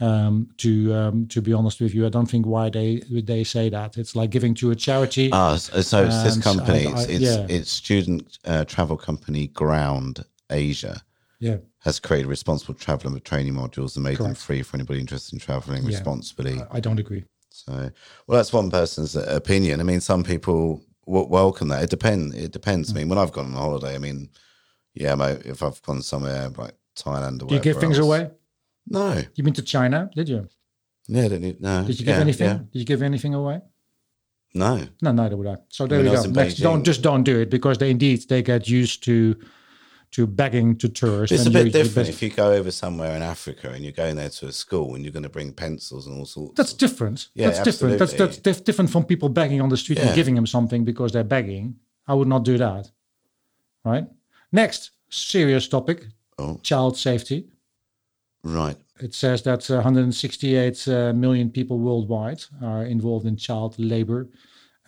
Speaker 1: Um, to um, to be honest with you, I don't think why they they say that. It's like giving to a charity.
Speaker 2: Ah, so so it's this
Speaker 1: And Um, I-
Speaker 2: company.
Speaker 1: I-
Speaker 2: it's it's,
Speaker 1: yeah.
Speaker 2: it's student uh, travel company Ground Asia
Speaker 1: yeah,
Speaker 2: has created responsible travel and training modules and made them
Speaker 1: Correct.
Speaker 2: free for anybody interested in traveling
Speaker 1: Yeah.
Speaker 2: responsibly.
Speaker 1: I don't agree.
Speaker 2: So, well, that's one person's opinion. I mean, some people w- welcome that. It depends. It depends. I mean, when I've gone on holiday, I mean, yeah, mate, if I've gone somewhere like Thailand or
Speaker 1: Do you give
Speaker 2: wherever
Speaker 1: things
Speaker 2: else-
Speaker 1: away?
Speaker 2: No.
Speaker 1: You been to China? Did you?
Speaker 2: Yeah, I didn't, no.
Speaker 1: Did you give
Speaker 2: Yeah,
Speaker 1: anything?
Speaker 2: yeah.
Speaker 1: Did you give anything away?
Speaker 2: No.
Speaker 1: No, neither would I. So there
Speaker 2: When
Speaker 1: we
Speaker 2: I
Speaker 1: go.
Speaker 2: was in
Speaker 1: Next,
Speaker 2: Beijing-
Speaker 1: don't just don't do it because they indeed they get used to to begging to tourists.
Speaker 2: It's a
Speaker 1: and
Speaker 2: bit
Speaker 1: you- you
Speaker 2: different
Speaker 1: bas-
Speaker 2: if you go over somewhere in Africa and you're going there to a school and you're going to bring pencils and all sorts.
Speaker 1: That's
Speaker 2: of-
Speaker 1: different.
Speaker 2: Yeah,
Speaker 1: that's different. That's, that's
Speaker 2: absolutely.
Speaker 1: diff- different from people begging on the street and
Speaker 2: Yeah.
Speaker 1: giving them something because they're begging. I would not do that. Right? Next, serious topic
Speaker 2: oh,
Speaker 1: child safety.
Speaker 2: right.
Speaker 1: It says that uh, 168 uh, million people worldwide are involved in child labor.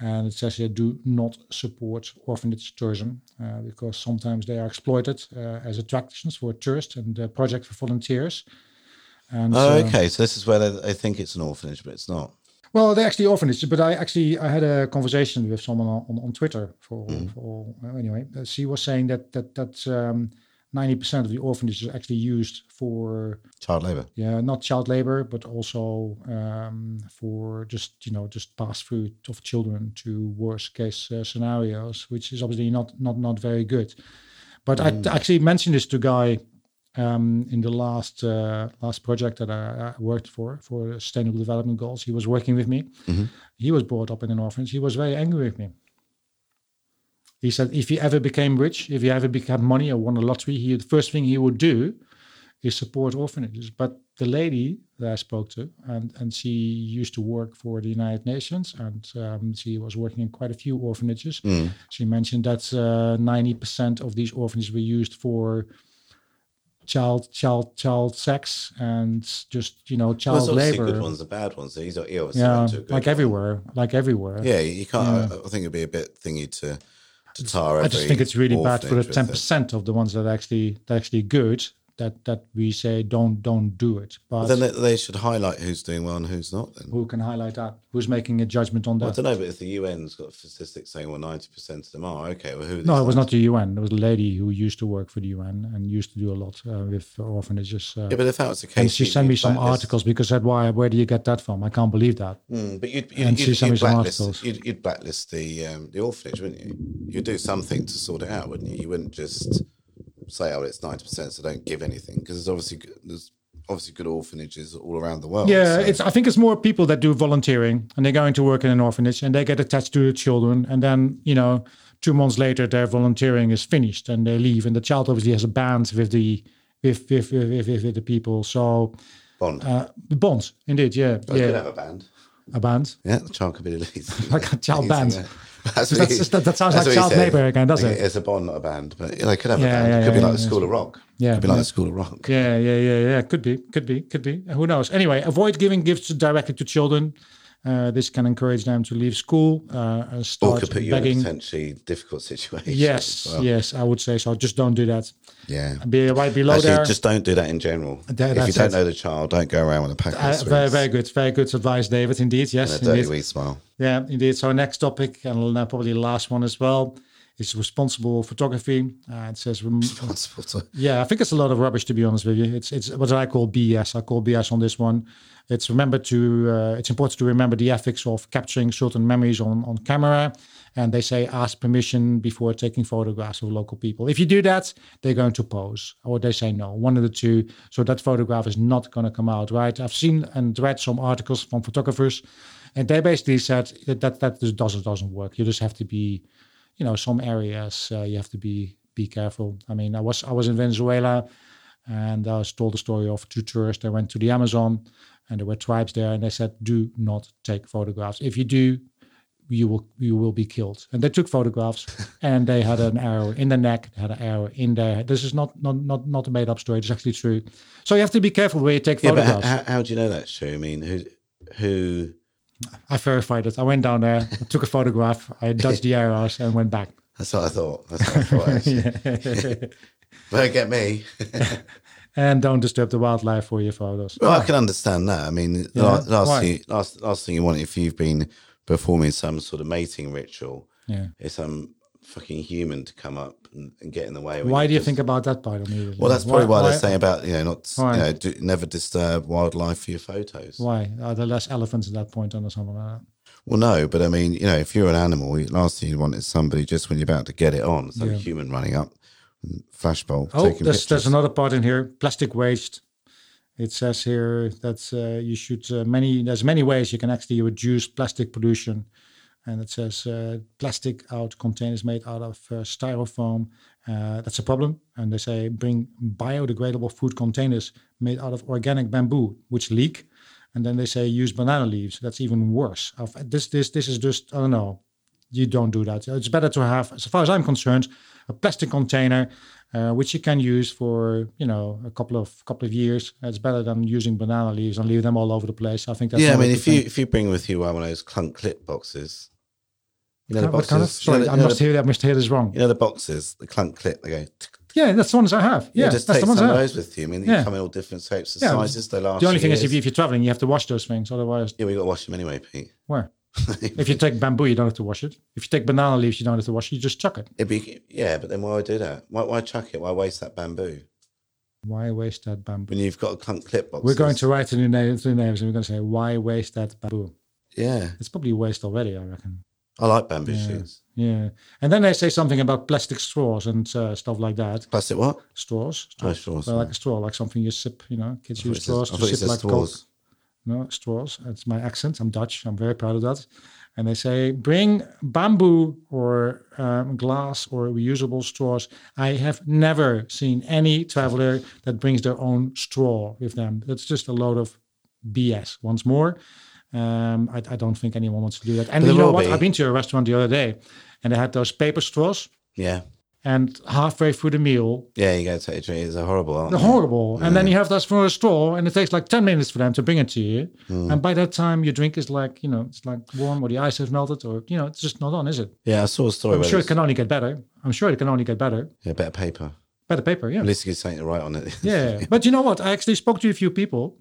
Speaker 1: And it says they do not support orphanage tourism uh, because sometimes they are exploited uh, as attractions for tourists and uh, projects for volunteers. And
Speaker 2: Oh,
Speaker 1: uh,
Speaker 2: okay. So this is where they, they think it's an orphanage, but it's not.
Speaker 1: Well, they're actually orphanages, but I actually I had a conversation with someone on, on, on Twitter for, for well, anyway. uh, She was saying that that that um, ninety percent of the orphanages are actually used for
Speaker 2: Child labour.
Speaker 1: yeah not child labor, but also um, for just you know just pass through of children to worst case uh, scenarios, which is obviously not not not very good. But I actually mentioned this to Guy um, in the last uh, last project that I, I worked for for sustainable development goals. He was working with me. He was brought up in an orphanage. He was very angry with me. He said, if he ever became rich, if he ever became money or won a lottery, he the first thing he would do is support orphanages. But the lady that I spoke to, and and she used to work for the United Nations, and um, she was working in quite a few orphanages.
Speaker 2: Hmm.
Speaker 1: She mentioned that uh, ninety percent of these orphanages were used for child child child sex and just you know
Speaker 2: Well,
Speaker 1: child
Speaker 2: there's obviously
Speaker 1: labor
Speaker 2: good ones and bad ones. He's he obviously
Speaker 1: yeah
Speaker 2: went to a good
Speaker 1: like
Speaker 2: one.
Speaker 1: everywhere like everywhere
Speaker 2: Yeah, you can't. I, I think it'd be a bit thingy to to tar.
Speaker 1: i just
Speaker 2: every
Speaker 1: think it's really bad for the
Speaker 2: orphanage with
Speaker 1: 10% of the ones that are actually that are actually good that that we say don't don't do it but
Speaker 2: it. Then they, they should highlight who's doing well and who's not. Then
Speaker 1: who can highlight that who's making a judgment on
Speaker 2: I
Speaker 1: that
Speaker 2: don't know, but if the UN's got statistics saying well ninety percent of them are okay, well who? Are
Speaker 1: no
Speaker 2: these
Speaker 1: it was
Speaker 2: guys?
Speaker 1: not the un it was a lady who used to work for the un and used to do a lot uh, with orphanages uh,
Speaker 2: Yeah, but if that was the case,
Speaker 1: and she
Speaker 2: you'd-
Speaker 1: sent me
Speaker 2: you'd
Speaker 1: some
Speaker 2: blacklist-
Speaker 1: articles because I said, "Why? Where do you get that from? I can't believe that."
Speaker 2: Mm, but you'd,
Speaker 1: and
Speaker 2: you'd,
Speaker 1: she
Speaker 2: you'd,
Speaker 1: sent me
Speaker 2: you'd,
Speaker 1: some
Speaker 2: blacklist,
Speaker 1: articles.
Speaker 2: you'd, you'd blacklist the um, the orphanage, wouldn't you? You'd do something to sort it out, wouldn't you? You wouldn't just say, "Oh, it's ninety percent, so don't give anything," because there's obviously g- there's obviously good orphanages all around the world.
Speaker 1: Yeah,
Speaker 2: so-
Speaker 1: it's. I think it's more people that do volunteering and they're going to work in an orphanage and they get attached to the children and then you know two months later their volunteering is finished and they leave and the child obviously has a band with the with with with, with, with the people. So
Speaker 2: Bond.
Speaker 1: uh, the bonds indeed, yeah,
Speaker 2: I could
Speaker 1: yeah,
Speaker 2: have a band.
Speaker 1: a band.
Speaker 2: Yeah, the child could be released.
Speaker 1: Like a child band.
Speaker 2: That's
Speaker 1: That's just- that- that sounds like child labour again, doesn't it?
Speaker 2: It's a bond, not a band, but yeah, they could have
Speaker 1: Yeah,
Speaker 2: a band.
Speaker 1: yeah,
Speaker 2: it could be
Speaker 1: yeah,
Speaker 2: like the
Speaker 1: yeah,
Speaker 2: School of Rock.
Speaker 1: Yeah,
Speaker 2: could be like
Speaker 1: yeah.
Speaker 2: the School of Rock.
Speaker 1: Yeah, yeah, yeah, yeah. Could be, could be, could be. Who knows? Anyway, avoid giving gifts directly to children. Uh, this can encourage them to leave school uh, and
Speaker 2: Or
Speaker 1: start
Speaker 2: could put you in a
Speaker 1: begging.
Speaker 2: potentially difficult situation.
Speaker 1: Yes,
Speaker 2: as well.
Speaker 1: yes, I would say so. Just don't do that.
Speaker 2: yeah.
Speaker 1: Be right below
Speaker 2: Actually,
Speaker 1: there.
Speaker 2: just don't do that in general.
Speaker 1: That-
Speaker 2: if you
Speaker 1: that's
Speaker 2: don't
Speaker 1: it.
Speaker 2: know the child, don't go around with a pack of
Speaker 1: Uh,
Speaker 2: sweets
Speaker 1: very, very good, very good advice, David. Indeed,
Speaker 2: and
Speaker 1: yes,
Speaker 2: a dirty
Speaker 1: indeed.
Speaker 2: wee smile.
Speaker 1: yeah, indeed. So next topic, and uh, probably the last one as well, is responsible photography. Uh, it says, rem-
Speaker 2: Responsible to-
Speaker 1: yeah, I think it's a lot of rubbish to be honest with you. It's it's what I call BS. I call BS on this one. It's remember to uh, it's important to remember the ethics of capturing certain memories on on camera, and they say ask permission before taking photographs of local people. If you do that, they're going to pose, or they say no, one of the two. So that photograph is not going to come out right. I've seen and read some articles from photographers And they basically said that that, that just doesn't doesn't work. You just have to be, you know, some areas uh, you have to be be careful. I mean, I was I was in Venezuela, and I was told the story of two tourists. They went to the Amazon, and there were tribes there, and they said, "Do not take photographs. If you do, you will you will be killed." And they took photographs, and they had an arrow in the neck, they had an arrow in there. This is not not not not a made up story. It's actually true. So you have to be careful where you take
Speaker 2: Yeah, but
Speaker 1: photographs.
Speaker 2: how, how, how do you know that's true? I mean, who who?
Speaker 1: I verified it. I went down there, I took a photograph, I dodged the arrows, and went back.
Speaker 2: That's what I thought. That's what I thought. actually. Don't get me.
Speaker 1: and don't disturb the wildlife for your photos.
Speaker 2: Well, I can understand that. I mean, the
Speaker 1: Yeah.
Speaker 2: la- last,
Speaker 1: Why?
Speaker 2: thing, last last thing you want if you've been performing some sort of mating ritual
Speaker 1: Yeah.
Speaker 2: is some fucking human to come up and, and get in the way. when
Speaker 1: Why do you
Speaker 2: just-
Speaker 1: think about that part immediately?
Speaker 2: Well, that's probably why,
Speaker 1: why
Speaker 2: they're saying about you know not
Speaker 1: Why?
Speaker 2: you know do, never disturb wildlife for your photos.
Speaker 1: Why are there less elephants at that point on or something like that?
Speaker 2: Well, no, but I mean, you know, if you're an animal, the last thing you want is somebody just when you're about to get it on, some
Speaker 1: Yeah.
Speaker 2: human running up, mm, flashbulb,
Speaker 1: Oh,
Speaker 2: taking
Speaker 1: there's, there's
Speaker 2: pictures.
Speaker 1: another part in here. Plastic waste. It says here that uh, you should uh, many. There's many ways you can actually reduce plastic pollution, and it says uh, plastic out containers made out of uh, styrofoam. Uh, that's a problem, and they say bring biodegradable food containers made out of organic bamboo, which leak, and then they say use banana leaves. That's even worse. I've- This this this is just I don't know you don't do that. It's better to have, as far as I'm concerned, a plastic container uh, which you can use for you know a couple of couple of years. It's better than using banana leaves and leave them all over the place. I think that's
Speaker 2: yeah, I
Speaker 1: not a
Speaker 2: mean,
Speaker 1: good
Speaker 2: if you
Speaker 1: thing.
Speaker 2: if you bring with you one of those clunk clip boxes, you know the
Speaker 1: what
Speaker 2: boxes.
Speaker 1: kind of sorry,
Speaker 2: you know,
Speaker 1: I
Speaker 2: the-
Speaker 1: must hear that. I must hear this wrong.
Speaker 2: you know the boxes, the clunk clip. They go. tick, tick,
Speaker 1: Yeah, that's the ones I have.
Speaker 2: you
Speaker 1: Yeah,
Speaker 2: just
Speaker 1: that's
Speaker 2: take
Speaker 1: the
Speaker 2: some
Speaker 1: ones
Speaker 2: of
Speaker 1: I have.
Speaker 2: those with you. I mean,
Speaker 1: Yeah.
Speaker 2: you come in all different shapes and
Speaker 1: Yeah.
Speaker 2: sizes. They last.
Speaker 1: The only thing is, if,
Speaker 2: years.
Speaker 1: you, if you're traveling, you have to wash those things. Otherwise,
Speaker 2: yeah, we got to wash them anyway, Pete.
Speaker 1: where? if you take bamboo, you don't have to wash it. If you take banana leaves, you don't have to wash it. You just chuck it.
Speaker 2: It'd be, yeah, but then why would I do that? Why, why chuck it? Why waste that bamboo
Speaker 1: Why waste that bamboo?
Speaker 2: when you've got a clunk clip box?
Speaker 1: We're going to write the new names, the names and we're going to say, why waste that bamboo?
Speaker 2: Yeah,
Speaker 1: It's probably waste already, I reckon.
Speaker 2: I like bamboo
Speaker 1: Yeah.
Speaker 2: shoes.
Speaker 1: Yeah, and then they say something about plastic straws and uh, stuff like that.
Speaker 2: Plastic what?
Speaker 1: Straws,
Speaker 2: Oh,
Speaker 1: straws.
Speaker 2: sure.
Speaker 1: Well, like a straw, like something you sip. You know, kids
Speaker 2: thought
Speaker 1: use
Speaker 2: it says-
Speaker 1: straws
Speaker 2: I
Speaker 1: to
Speaker 2: thought it
Speaker 1: sip
Speaker 2: says
Speaker 1: like
Speaker 2: straws.
Speaker 1: Coke. No straws. That's my accent. I'm Dutch. I'm very proud of that. And they say bring bamboo or um, glass or reusable straws. I have never seen any traveler that brings their own straw with them. That's just a load of BS. Once more, um, I, I don't think anyone wants to do that. And
Speaker 2: There
Speaker 1: you know
Speaker 2: will
Speaker 1: what?
Speaker 2: be.
Speaker 1: I've been to a restaurant the other day, and they had those paper straws.
Speaker 2: yeah,
Speaker 1: And halfway through the meal,
Speaker 2: yeah. You go to take a drink. It's a horrible. Aren't
Speaker 1: they're
Speaker 2: they?
Speaker 1: horrible. And then you have that from a straw, and it takes like ten minutes for them to bring it to you. And by that time, your drink is like you know, it's like warm, or the ice has melted, or you know, it's just not on, is it?
Speaker 2: Yeah, I saw a story.
Speaker 1: I'm
Speaker 2: where
Speaker 1: sure
Speaker 2: sure
Speaker 1: it can only get better. I'm sure it can only get better.
Speaker 2: yeah, better paper.
Speaker 1: Better paper, yeah,
Speaker 2: At least you get something to write on it.
Speaker 1: yeah. But you know what? I actually spoke to a few people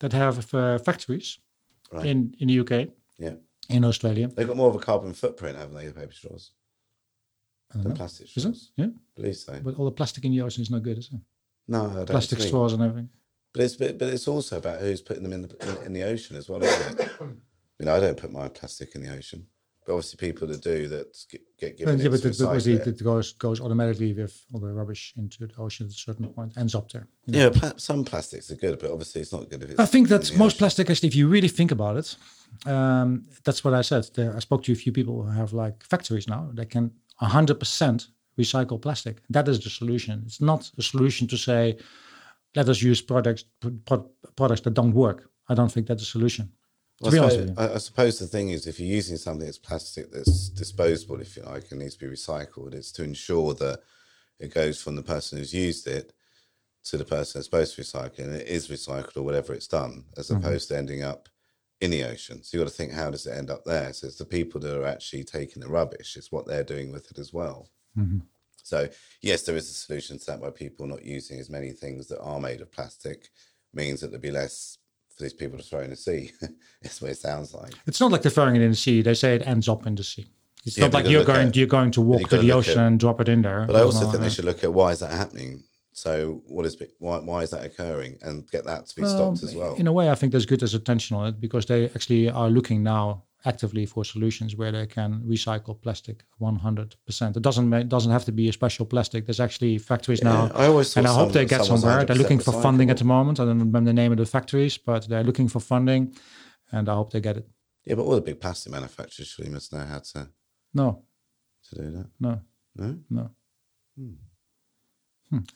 Speaker 1: that have uh, factories
Speaker 2: Right.
Speaker 1: in in the UK,
Speaker 2: yeah.
Speaker 1: in Australia.
Speaker 2: They've got more of a carbon footprint, haven't they, the paper straws
Speaker 1: I don't
Speaker 2: than
Speaker 1: know.
Speaker 2: plastic
Speaker 1: Is
Speaker 2: straws?
Speaker 1: it? Yeah,
Speaker 2: I believe so.
Speaker 1: but all the plastic in the ocean is not good, is it?
Speaker 2: no, I don't
Speaker 1: Plastic
Speaker 2: agree.
Speaker 1: straws and everything.
Speaker 2: But it's but, but it's also about who's putting them in the in, in the ocean as well, isn't it? You know, I don't put my plastic in the ocean, but obviously people that do that get, get given
Speaker 1: Yeah,
Speaker 2: it
Speaker 1: but
Speaker 2: to
Speaker 1: it, obviously
Speaker 2: recycle it.
Speaker 1: it goes goes automatically with all the rubbish into the ocean at a certain point, ends up there. you know.
Speaker 2: Yeah, pla- some plastics are good, but obviously it's not good if it's.
Speaker 1: I think
Speaker 2: in
Speaker 1: that
Speaker 2: the
Speaker 1: most
Speaker 2: ocean.
Speaker 1: plastic, actually, if you really think about it, um, that's what I said. There, I spoke to a few people who have like factories now. They can 100% recycle plastic. That is the solution. It's not a solution to say, let us use products pro- products that don't work. I don't think that's a solution.
Speaker 2: Well,
Speaker 1: to be
Speaker 2: I,
Speaker 1: honest
Speaker 2: suppose, I, I suppose the thing is, if you're using something that's plastic that's disposable, if you like, and needs to be recycled, it's to ensure that it goes from the person who's used it to the person that's supposed to recycle, it, and it is recycled or whatever it's done, as
Speaker 1: Mm-hmm.
Speaker 2: opposed to ending up in the ocean. So you got to think, how does it end up there? So it's the people that are actually taking the rubbish; it's what they're doing with it as well.
Speaker 1: Mm-hmm.
Speaker 2: So yes, there is a solution to that by people not using as many things that are made of plastic means that there'd be less for these people to throw in the sea. That's what it sounds like.
Speaker 1: It's not like they're throwing it in the sea. They say it ends up in the sea. It's
Speaker 2: Yeah,
Speaker 1: not
Speaker 2: but
Speaker 1: like
Speaker 2: you
Speaker 1: you're
Speaker 2: look at
Speaker 1: going
Speaker 2: it.
Speaker 1: you're going to
Speaker 2: you
Speaker 1: walk to
Speaker 2: gotta
Speaker 1: the
Speaker 2: look at-
Speaker 1: ocean and drop it in there.
Speaker 2: But I also
Speaker 1: No, uh,
Speaker 2: think they should look at why is that happening? So what is be- why why is that occurring and get that to be stopped
Speaker 1: Um,
Speaker 2: as well.
Speaker 1: In a way, I think there's good as attention on it because they actually are looking now actively for solutions where they can recycle plastic 100%. It doesn't ma- doesn't have to be a special plastic. There's actually factories now.
Speaker 2: I always
Speaker 1: and I
Speaker 2: thought
Speaker 1: hope they
Speaker 2: some-
Speaker 1: get
Speaker 2: some was
Speaker 1: somewhere. They're
Speaker 2: 100%
Speaker 1: looking for funding at
Speaker 2: recyclable.
Speaker 1: the moment. I don't remember the name of the factories, but they're looking for funding and I hope they get it.
Speaker 2: Yeah, but all the big plastic manufacturers surely must know how to,
Speaker 1: No,
Speaker 2: to do that.
Speaker 1: no,
Speaker 2: No?
Speaker 1: no. Hmm.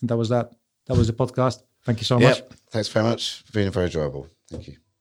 Speaker 1: And that was that. That was the podcast. Thank you so much.
Speaker 2: Yep. Thanks very much for being very enjoyable. Thank you.